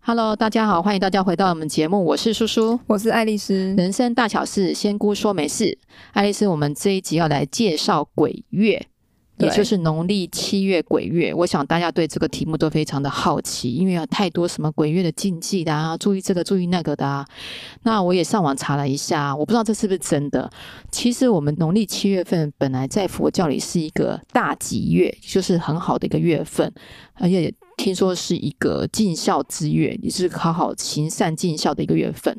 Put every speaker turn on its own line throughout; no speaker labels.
Hello，大家好，欢迎大家回到我们节目，我是叔叔。
我是爱丽丝。
人生大小事，仙姑说没事。爱丽丝，我们这一集要来介绍鬼月，也
对
就是农历七月鬼月。我想大家对这个题目都非常的好奇，因为有太多什么鬼月的禁忌的啊，注意这个，注意那个的啊。那我也上网查了一下，我不知道这是不是真的。其实我们农历七月份本来在佛教里是一个大吉月，就是很好的一个月份，而且听说是一个尽孝之月，也是好好行善尽孝的一个月份。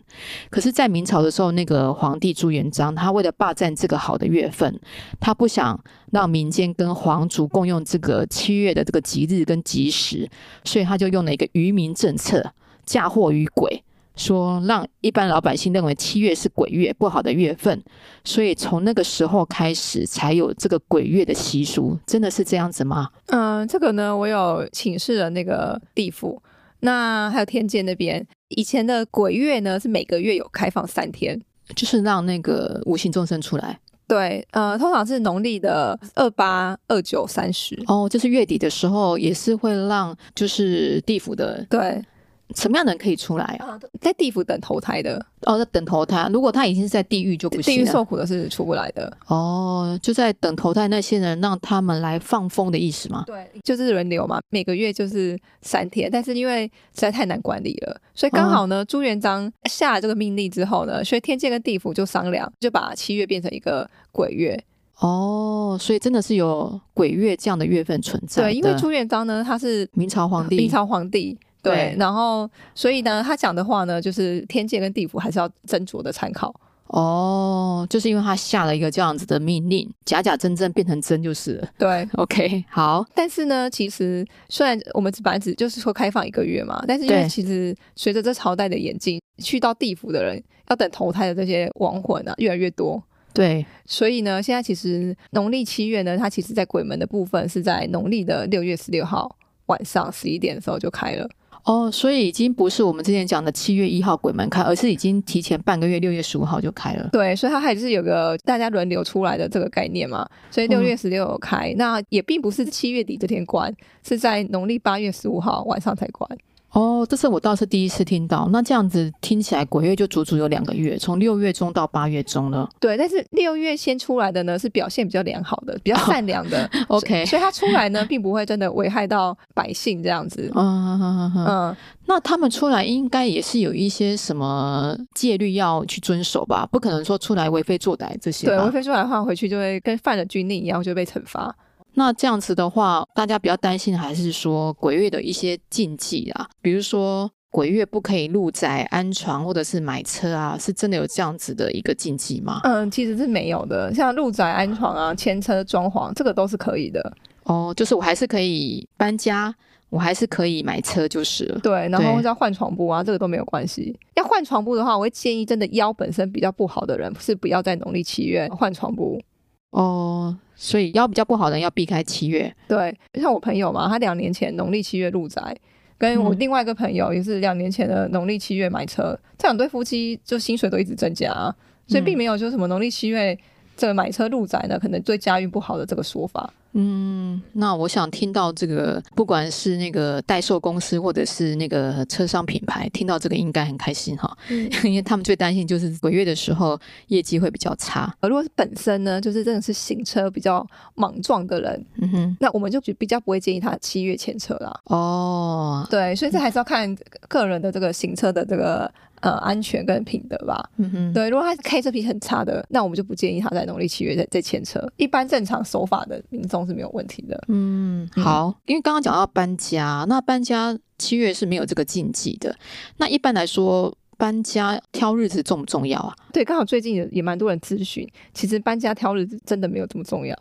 可是，在明朝的时候，那个皇帝朱元璋，他为了霸占这个好的月份，他不想让民间跟皇族共用这个七月的这个吉日跟吉时，所以他就用了一个愚民政策，嫁祸于鬼。说让一般老百姓认为七月是鬼月，不好的月份，所以从那个时候开始才有这个鬼月的习俗，真的是这样子吗？
嗯、这个呢，我有请示了那个地府，那还有天界那边。以前的鬼月呢，是每个月有开放三天。
就是让那个无形众生出来
对，呃，通常是农历的二八、二九、三十。
哦，就是月底的时候也是会让就是地府的
对，
什么样的人可以出来啊？
在地府等投胎的，
哦，在等投胎。如果他已经是在地狱，就不行啊
地狱
了
受苦的是出不来的。
哦，就在等投胎那些人，让他们来放风的意思吗？
对，就是轮流嘛，每个月就是三天。但是因为实在太难管理了，所以刚好
哦
呢，朱元璋下了这个命令之后呢，所以天界跟地府就商量，就把七月变成一个鬼月。
哦，所以真的是有鬼月这样的月份存在的。
对，因为朱元璋呢，他是
明朝皇帝，
明朝皇帝。对
对，
然后所以呢，他讲的话呢，就是天界跟地府还是要斟酌的参考。
哦，就是因为他下了一个这样子的命令，假假真真变成真就是了。
对，
OK，好，
但是呢，其实虽然我们只本来只就是说开放一个月嘛，但是因为
对
其实随着这朝代的演进，去到地府的人要等投胎的这些亡魂啊，越来越多。
对，
所以呢，现在其实农历七月呢，它其实在鬼门的部分是在农历的六月十六号晚上十一点的时候就开了。
哦，所以已经不是我们之前讲的七月一号鬼门开，而是已经提前半个月，六月十五号就开了。
对，所以它还是有个大家轮流出来的这个概念嘛。所以六月十六开，那也并不是七月底这天关，是在农历八月十五号晚上才关。
哦，这是我倒是第一次听到。那这样子听起来，鬼月就足足有两个月，从六月中到八月中了。
对，但是六月先出来的呢，是表现比较良好的，比较善良的。
OK
所以它出来呢，并不会真的危害到百姓这样子。
嗯哼哼哼，
嗯，
那他们出来应该也是有一些什么戒律要去遵守吧？不可能说出来为非作歹这些
对，
吧
我飞出来的话，回去就会跟犯了军令一样，就被惩罚。
那这样子的话，大家比较担心的还是说鬼月的一些禁忌啊，比如说鬼月不可以入宅、安床或者是买车啊，是真的有这样子的一个禁忌吗？
嗯，其实是没有的，像入宅安床啊、牵车装潢，这个都是可以的。
哦，就是我还是可以搬家，我还是可以买车就是了。
对，然
对
后或者要换床铺啊，这个都没有关系。要换床铺的话，我会建议真的腰本身比较不好的人，是不要在农历七月换床铺。
哦，所以腰比较不好的人要避开七月。
对，像我朋友嘛，他两年前农历七月入宅，跟我
嗯
另外一个朋友也是两年前的农历七月买车，这两对夫妻就薪水都一直增加、啊，所以
嗯
并没有说什么农历七月这个买车入宅呢，可能对家运不好的这个说法。
嗯，那我想听到这个，不管是那个代售公司或者是那个车商品牌，听到这个应该很开心哈， 因为他们最担心就是鬼月的时候业绩会比较差。
而如果是本身呢，就是真的是行车比较莽撞的人，
嗯哼，
那我们就比较不会建议他七月前车啦。
哦，
对，所以这还是要看个人的这个行车的这个呃安全跟品德吧。
嗯哼，
对，如果他开车皮很差的，那我们就不建议他在农历七月再再牵车。一般正常守法的民众是没有问题的。
嗯，好，因为刚刚讲到搬家，那搬家七月是没有这个禁忌的。那一般来说，搬家挑日子重不重要啊？
对，刚好最近也也蛮多人咨询，其实搬家挑日子真的没有这么重要。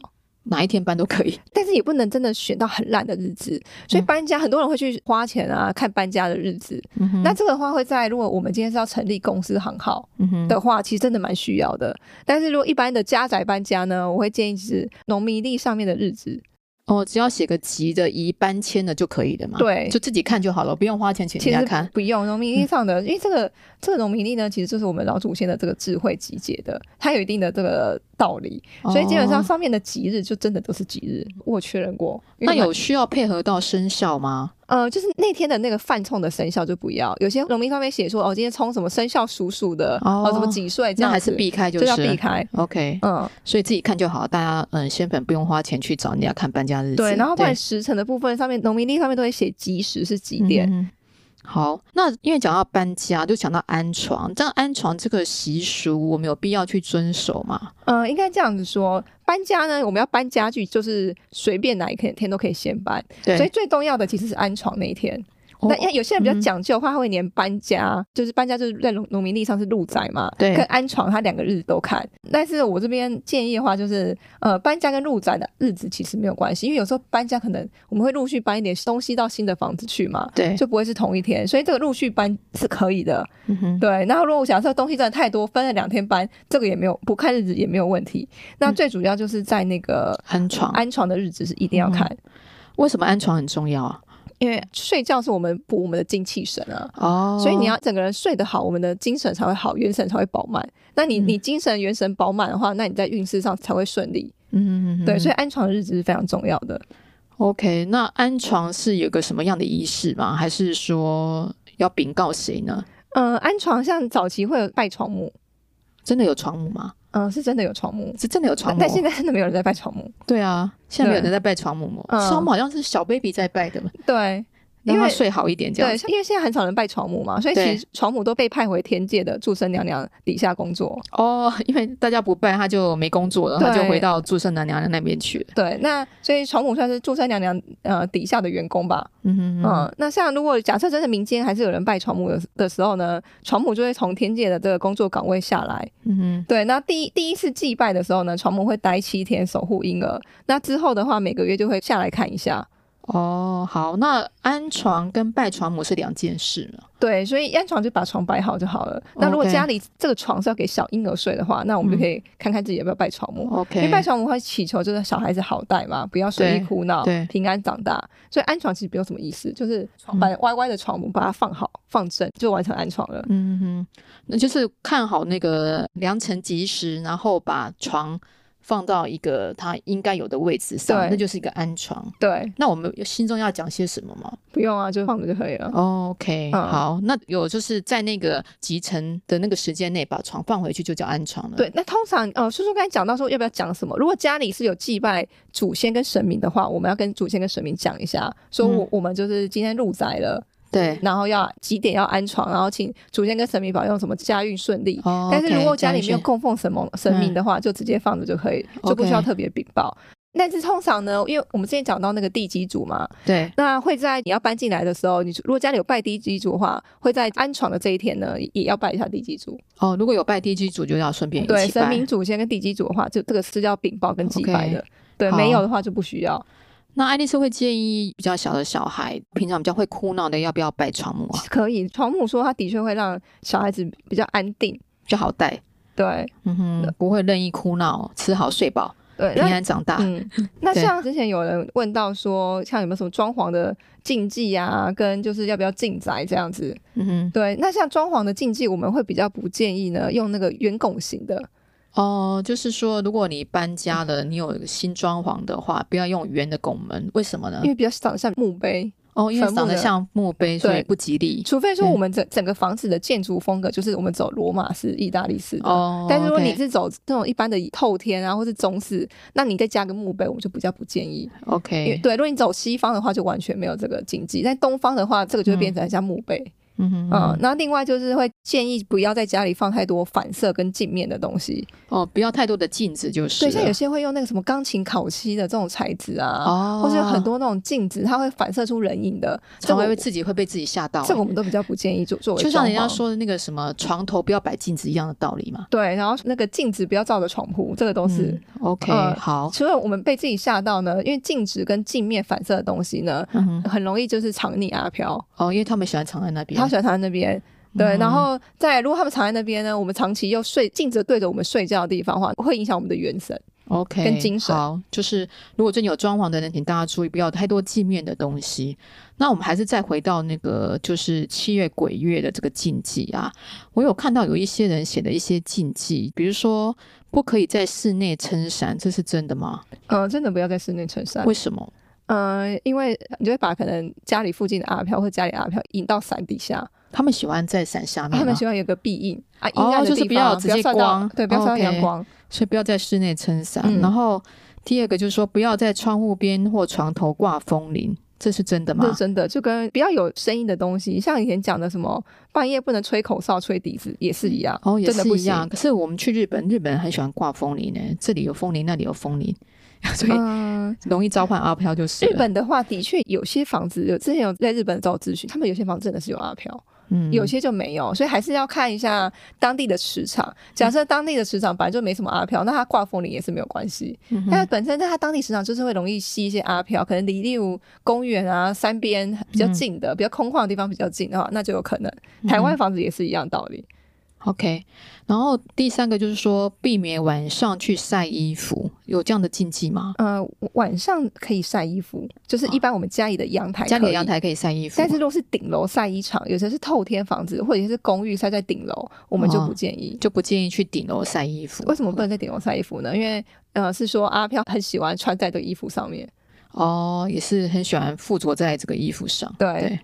哪一天搬都可以。
但是也不能真的选到很烂的日子，所以
嗯
搬家、很多人会去花钱啊，看搬家的日子。
嗯 哼
那这个的话会在如果我们今天是要成立公司行号，
嗯哼
的话，其实真的蛮需要的。但是如果一般的家宅搬家呢，我会建议是农民历上面的日子，
哦，只要写个急的、宜搬迁的就可以的嘛。，
对，
啊就自己看就好了，不用花钱请
其
人家
实
看。嗯
不用农民历上的，因为这个这个农民历呢，其实就是我们老祖先的这个智慧集结的，它有一定的这个道理，所以基本上
哦
上面的吉日就真的都是吉日，我确认过。因为
那有需要配合到生肖吗？
呃，就是那天的那个犯冲的生肖就不要，有些农民上面写说哦，今天冲什么生肖属鼠的，
哦
哦，什么几岁这
那
样
还
子
是避开就
就是要避开。
OK，
嗯，
所以自己看就好，大家嗯，仙粉不用花钱去找人家看搬家日子。
对，然后不然时辰的部分上面，农民历上面都会写几时是几点。
嗯好，那因为讲到搬家，就讲到安床。这样安床这个习俗，我们有必要去遵守吗？
呃，应该这样子说，搬家呢，我们要搬家具，就是随便哪一天天都可以先搬，
对，
所以最重要的其实是安床那一天。
哦
那因为有些人比较
嗯
讲究的话，他会连搬家，就是搬家就是在农农民历上是入宅嘛，
对
跟安床他两个日子都看。但是我这边建议的话，就是呃，搬家跟入宅的日子其实没有关系，因为有时候搬家可能我们会陆续搬一点东西到新的房子去嘛，
对，
就不会是同一天，所以这个陆续搬是可以的。
嗯哼
对，那如果假设东西真的太多，分了两天搬，这个也没有不看日子也没有问题。那
嗯
最主要就是在那个
安床，
安床的日子是一
嗯
定要看，
为什么安床很重要啊？
因为睡觉是我们补我们的精气神啊。
哦，
所以你要整个人睡得好，我们的精神才会好，元神才会饱满。那你
嗯
你精神元神饱满的话，那你在运势上才会顺利。
嗯，嗯嗯嗯
对，所以安床的日子是非常重要的。
OK，那安床是有个什么样的仪式吗？还是说要禀告谁呢？
嗯，安床像早期会有拜床母，
真的有床母吗？
嗯，是真的有床母，
是真的有床母哦？
但现在真的没有人在拜床母。
对啊，现在没有
对
人在拜床母母，
嗯
床母好像是小 baby 在拜的嘛，
对，因
让他
为
睡好一点这样
对
子。，
因为现在很少人拜床母嘛，所以
对
其实床母都被派回天界的祝生娘娘底下工作。
哦，因为大家不拜，他就没工作了，他就
对
回到祝圣南娘娘那边去了。
对，那所以床母算是祝生娘娘呃底下的员工吧。
嗯哼
嗯，那像如果假设真的民间还是有人拜床母的的时候呢，床母就会从天界的这个工作岗位下来。
嗯哼，
对，那第一第一次祭拜的时候呢，床母会待七天守护婴儿。那之后的话，每个月就会下来看一下。
哦，好，那安床跟拜床母是两件事嘛？
对，所以安床就把床摆好就好了。那如果
OK
家里这个床是要给小婴儿睡的话，那我
嗯
们就可以看看自己要不要拜床母。因为
OK，
拜床母会祈求就是小孩子好带嘛，不要随意
对
哭闹
对，
平安长大。所以安床其实没有什么意思，就是把歪歪的床母把它放好放正，就完成安床了。
嗯哼，那就是看好那个良辰吉时，然后把床放到一个它应该有的位置上，
对
那就是一个安床。
对，
那我们心中要讲些什么吗
不用啊，就放着就可以了。
哦？OK，、
嗯
好，那有就是在那个集成的那个时间内把床放回去，就叫安床了。，
对，那通常呃，叔叔刚才讲到说要不要讲什么？如果家里是有祭拜祖先跟神明的话，我们要跟祖先跟神明讲一下，说我、
嗯
我们就是今天入宅了，
对，
然后要几点要安床，然后请祖先跟神明保佑什么家运顺利。
哦
但是如
OK，
果家里
这样
没有
是
供奉什么神明的话，就直接放着就可以，就不需要
OK
特别禀报。但是通常呢，因为我们之前讲到那个地基主嘛，
对，
那会在你要搬进来的时候，你如果家里有拜地基主的话，会在安床的这一天呢，也要拜一下地基主。
哦，如果有拜地基主，就要顺便一起拜。
对，神明祖先跟地基主的话，就这个是要禀报跟祭拜的。对，
嗯好
没有的话就不需要，
那爱丽丝会建议比较小的小孩，平常比较会哭闹的，要不要拜床母啊？
可以。床母说，它的确会让小孩子比较安定。
比较好带，
对
嗯哼，不会任意哭闹，吃好睡饱，
对，
平
那
安长大。
嗯， 那
对
像之前有人问到说，像有没有什么装潢的禁忌啊，跟就是要不要进宅这样子？
嗯哼。
对，那像装潢的禁忌，我们会比较不建议呢，用那个圆拱形的。
哦，就是说，如果你搬家了，你有新装潢的话，不要用圆的拱门，为什么呢
因？为比较长得像墓碑，
哦，因为
坟墓
长得
的
像墓碑，所以
对
不吉利。
除非说
对
我们整整个房子的建筑风格就是我们走罗马式、意大利式的。
哦，
但是如果
OK
你是走这种一般的透天啊，或是中式，那你再加个墓碑，我们就比较不建议。因为
OK，
对，如果你走西方的话，就完全没有这个禁忌；但东方的话，这个就会变成像墓碑。
嗯哼
嗯
嗯，
那另外就是会建议不要在家里放太多反射跟镜面的东西。
哦，不要太多的镜子就是啊
对，像有
了
些会用那个什么钢琴烤漆的这种材质啊，
哦，
或是有很多那种镜子，它会反射出人影的，这
常
个
会
我
自己会被自己吓到欸。
这个我们都比较不建议做作为。
就像人家。说的那个什么床头不要摆镜子一样的道理嘛。
对，然后那个镜子不要照着床铺，这个都是、
嗯 OK，
呃
好，
除了我们被自己吓到呢，因为镜子跟镜面反射的东西呢，
嗯哼，
很容易就是藏匿阿飘，
哦，因为他们喜欢藏在那边。
他喜欢藏在那边。对，
嗯
然后再来如果他们藏在那边呢，我们长期又睡镜子对着我们睡觉的地方的话，会影响我们的元神。
OK，
跟精神
好，就是如果最近有装潢的人，请大家注意不要有太多镜面的东西。那我们还是再回到那个就是七月鬼月的这个禁忌啊，我有看到有一些人写的一些禁忌，比如说不可以在室内撑伞，这是呃真的吗？
嗯、真的不要在室内撑伞。
为什么？
嗯、因为你就会把可能家里附近的阿飘或家里的阿飘引到伞底下，
他们喜欢在伞下面、
他
啊，
们喜欢有个庇荫啊，阴
哦
暗的
就是
地
不要
方
直接
晒到
光哦
对，不要晒到
OK
阳光。
所以不要在室内撑伞。
嗯
然后第二个就是说不要在窗户边或床头挂风铃，这是真的吗
这？真的，就跟不要有声音的东西，像以前讲的什么半夜不能吹口哨、吹笛子也是一样，
哦，也
真的
是
不
一样。
行。
可是我们去日本，日本人很喜欢挂风铃呢，这里有风铃，那里有风铃， 所以
嗯，
容易召唤阿飘就是了
日本的话，的确有些房子有之前有在日本找咨询，他们有些房子真的是有阿飘，
嗯
有些就没有，所以还是要看一下当地的磁场。
嗯
假设当地的磁场本来就没什么阿飘，那它挂风铃也是没有关系。
嗯哼
但它本身在它当地磁场就是会容易吸一些阿飘，可能离例如公园啊、山边比较近的、比较空旷的地方比较近的话，那就有可能。
嗯
台湾房子也是一样道理。
OK。然后第三个就是说避免晚上去晒衣服，有这样的禁忌吗？
呃，晚上可以晒衣服，就是一般我们家里的阳台，
家里的阳。台可以晒衣服吗，
但是如果是顶楼晒衣场，有些是透天房子或者是公寓晒在顶楼，我们就
哦
不建议。
就不建议去顶楼晒衣服。
为什么不能在顶楼晒衣服呢？因为呃，是说阿飘很喜欢穿在这个衣服上面。
哦，也是很喜欢附着在这个衣服上。
对，
对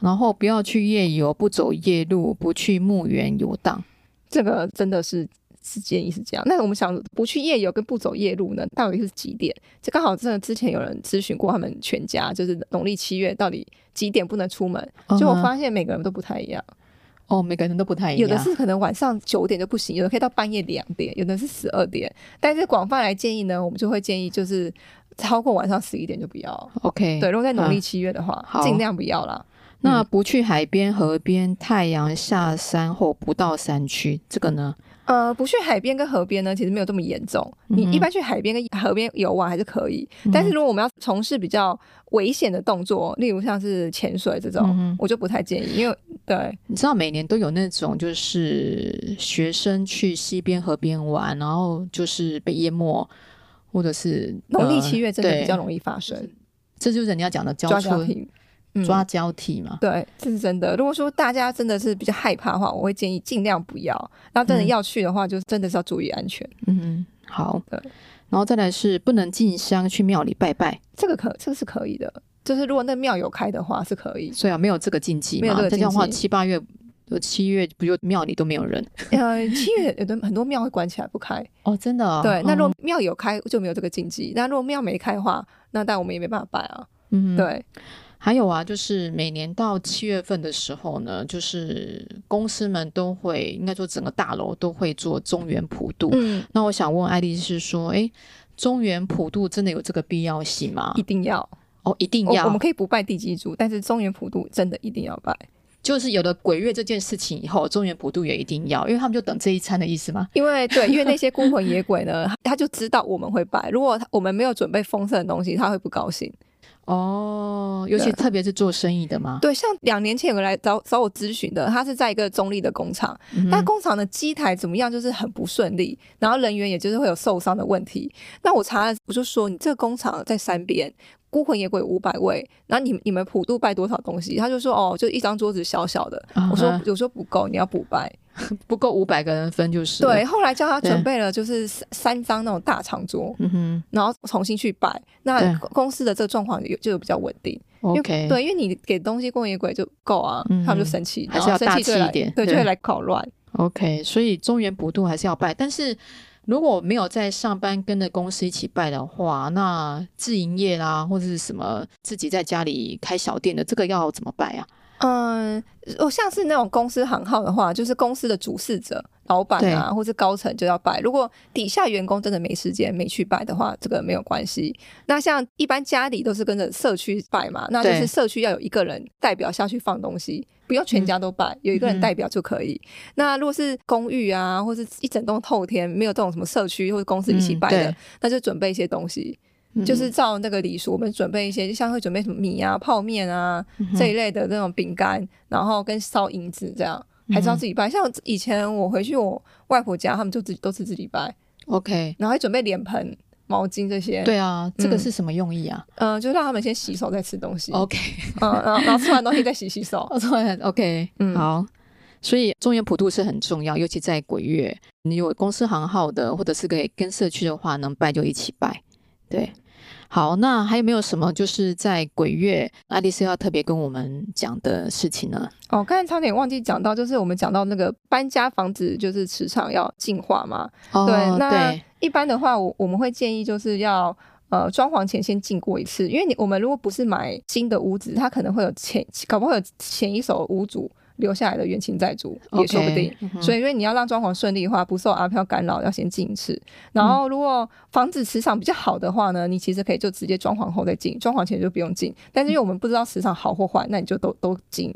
然后不要去夜游，不走夜路，不去墓园游荡。
这个真的是是建议是这样。那我们想不去夜游跟不走夜路呢，到底是几点？这刚好真的之前有人咨询过他们全家，就是农历七月到底几点不能出门？结果
嗯哼
发现每个人都不太一样。
哦，每个人都不太一样。
有的是可能晚上九点就不行，有的可以到半夜两点，有的是十二点。但是广泛来建议呢，我们就会建议就是超过晚上十一点就不要。
OK，
对，如嗯果在农
啊
历七月的话，
好
尽量不要啦。
那不去海边、河边、太阳下山后不到山区，这个呢？
呃，不去海边跟河边呢，其实没有这么严重。
嗯
你
哼嗯
一般去海边跟河边游玩还是可以，但是如果我们要从事比较危险的动作，例如像是潜水这种，
嗯哼呃
我就不太建议，因为对，
你知道每年都有那种就是学生去西边、河边玩，然后就是被淹没，或者是
农历
呃
七月真的
对
比较容易发生
这就是人家讲的交
抓
出
交替。嗯
抓交替嘛。
对，这是真的。如果说大家真的是比较害怕的话，我会建议尽量不要。然后真的
嗯
要去的话，就真的是要注意安全。
嗯，好
对。
然后再来是不能进香去庙里拜拜，
这个可这个是可以的，就是如果那庙有开的话是可以。
所以啊没有这个禁忌
没有
嘛。
这个
再这样的话，
禁忌
七八月就七月不就庙里都没有人
呃，七月有的很多庙会关起来不 开。
哦，真的、哦。
对，那如
嗯
果庙有开就没有这个禁忌。那如果庙没开的话，那但我们也没办法拜啊。
嗯，
对，
还有啊，就是每年到七月份的时候呢，就是公司们都会，应该说整个大楼都会做中原普渡。
嗯，
那我想问爱丽丝说，诶，中原普渡真的有这个必要性吗
一？定要。
哦，一定
我
要，
我们可以不拜地基主，但是中原普渡真的一定要拜，
就是有了鬼月这件事情以后，中原普渡也一定要，因为他们就等这一餐的意思吗？
因为对，因为那些孤魂野鬼呢， 他就知道我们会拜。如果他我们没有准备丰盛的东西，他会不高兴。
哦，尤其
对
特别是做生意的嘛，
对，像两年前有个来找找我咨询的，他是在一个中立的工厂，
嗯
那、工厂的机台怎么样，就是很不顺利，然后人员也就是会有受伤的问题。那我查了，我就说你这个工厂在山边。孤魂野鬼五百位，然后你你们普渡拜多少东西？他就说哦，就一张桌子小小的。
嗯哼
我说我说不够，你要补拜。
不够五百个人分就是。
对，，后来叫他
对
准备了就是三三张那种大长桌，
嗯哼
然后重新去拜。
对
那公司的这个状况有就有比较稳定。因为
，OK，
对，因为你给东西孤魂野鬼就够啊，
嗯
他们就生气，
还
然
是要
后生
大
气就
气
会
一
来
点
对，就
对
会来搞乱。
OK，所以中原普渡还是要拜，但是如果没有在上班跟着公司一起拜的话，那自营业啦，或者是什么自己在家里开小店的，这个要怎么拜啊？
嗯，哦，像是那种公司行号的话，就是公司的主事者、老板啊，或是高层就要拜。如果底下员工真的没时间没去拜的话，这个没有关系。那像一般家里都是跟着社区拜嘛，那就
对
是社区要有一个人代表下去放东西，不用全家都拜，有一
嗯
个人代表就可以。那如果是公寓啊，或是一整栋透天，没有这种什么社区或者公司一起
嗯
拜的，
对
那就准备一些东西。
嗯
就是照那个礼数，我们准备一些，就像会准备什么米啊、泡面啊、
嗯
这一类的那种饼干，然后跟烧银
嗯
子这样，还是要自己拜。像以前我回去我外婆家，他们就自己都是自己拜，
OK，
然后还准备脸盆、毛巾这些。，
对啊，这个
嗯
是什么用意啊
嗯、就让他们先洗手再吃东西。
？OK，
嗯，然后然后吃完东西再洗 洗手。
我突然 OK，
嗯
好。所以中原普渡是很重要，尤其在鬼月，你有公司行号的，或者是可以跟社区的话，能拜就一起拜。对，好，那还有没有什么就是在鬼月，爱丽丝要特别跟我们讲的事情呢？
哦，刚才差点忘记讲到，就是我们讲到那个搬家房子，就是磁场要净化嘛。
哦，
对，那
对，
一般的话，我我们会建议就是要呃装潢前先进过一次，因为你我们如果不是买新的屋子，它可能会有前搞不好会有前一手屋主留下来的冤亲债主也说不定。
OK，嗯哼
所以，因为你要让装潢顺利的话，不受阿飘干扰，要先进一次。然
嗯
后，如果房子磁场比较好的话呢，你其实可以就直接装潢后再进，装潢前就不用进。但是，因为我们不知道磁场好或坏，那你就都都进。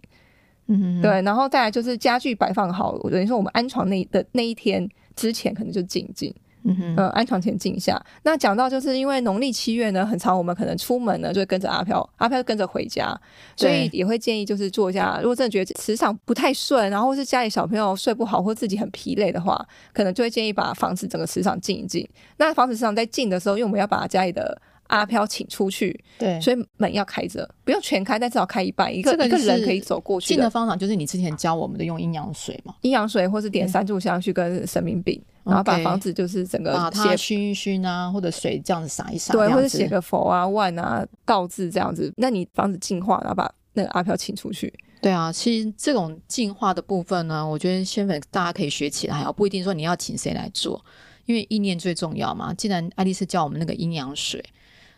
嗯，
对，然后再来就是家具摆放好，等于说我们安床那的那一天之前，可能就进一进。
嗯哼，
呃，安床前静一下。那讲到就是因为农历七月呢，很常我们可能出门呢就会跟着阿飘，阿飘就跟着回家，所以也会建议就是做一下，如果真的觉得磁场不太顺，然后或是家里小朋友睡不好或自己很疲累的话，可能就会建议把房子整个磁场静一静。那房子磁场在静的时候，因为我们要把家里的。阿飘请出去，
对
所以门要开着，不用全开，但至少开一半，一个、
这个
一个
就是
人可以走过去
进的方法就是你之前教我们的用阴阳水嘛，
阴阳水，或是点三炷香去跟神明禀，然后把
OK
房子就是整个
把
斜
它熏一熏啊，或者水这样子洒一洒，
呃对，
这
或者
样
写
子。
个佛啊、万啊、道字这样子。那你房子净化，然后把那个阿飘请出去。
对啊，其实这种进化的部分呢，我觉得仙粉大家可以学起来啊，不一定说你要请谁来做，因为意念最重要嘛。既然爱丽丝教我们那个阴阳水，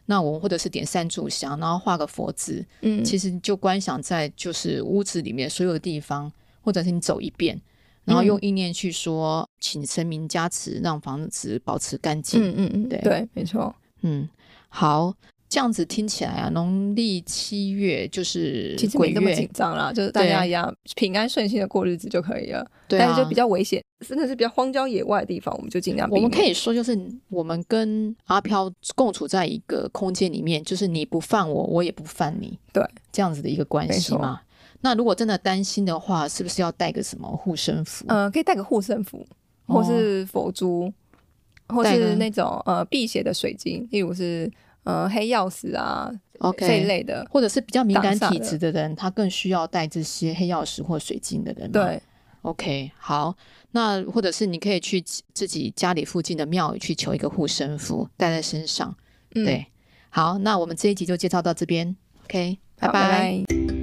那我们或者是点三炷香，然后画个佛字，
嗯
其实就观想在就是屋子里面所有的地方，或者是你走一遍，然后
嗯
用意念去说，请神明加持，让房子保持干净。
嗯嗯嗯，
对
对，没错。
嗯，好，这样子听起来啊，农历七月就是
其实
鬼
没这么
月
紧，张啦，就是大家一样平安顺心的过日子就可以了。
对
但
啊，
是就比较危险，真的是比较荒郊野外的地方，我们就尽量避
我
免。
们可以说，就是我们跟阿飘共处在一个空间里面，就是你不犯我，我也不犯你，
对，
这样子的一个关系
没
嘛。那如果真的担心的话，是不是要带个什么护身符？
呃，可以带个护身符，或是佛珠，或
哦带
是
个
那种呃辟邪的水晶，例如是呃黑曜石啊
o k
这一类的。
或者是比较敏感
挡煞
体
的
质的人，他更需要带这些黑曜石或水晶的人嘛。
对，
OK，好，那或者是你可以去自己家里附近的庙宇去求一个护身符，带在身上。
嗯，
对，好，那我们这一集就介绍到这边。OK，拜
好，拜拜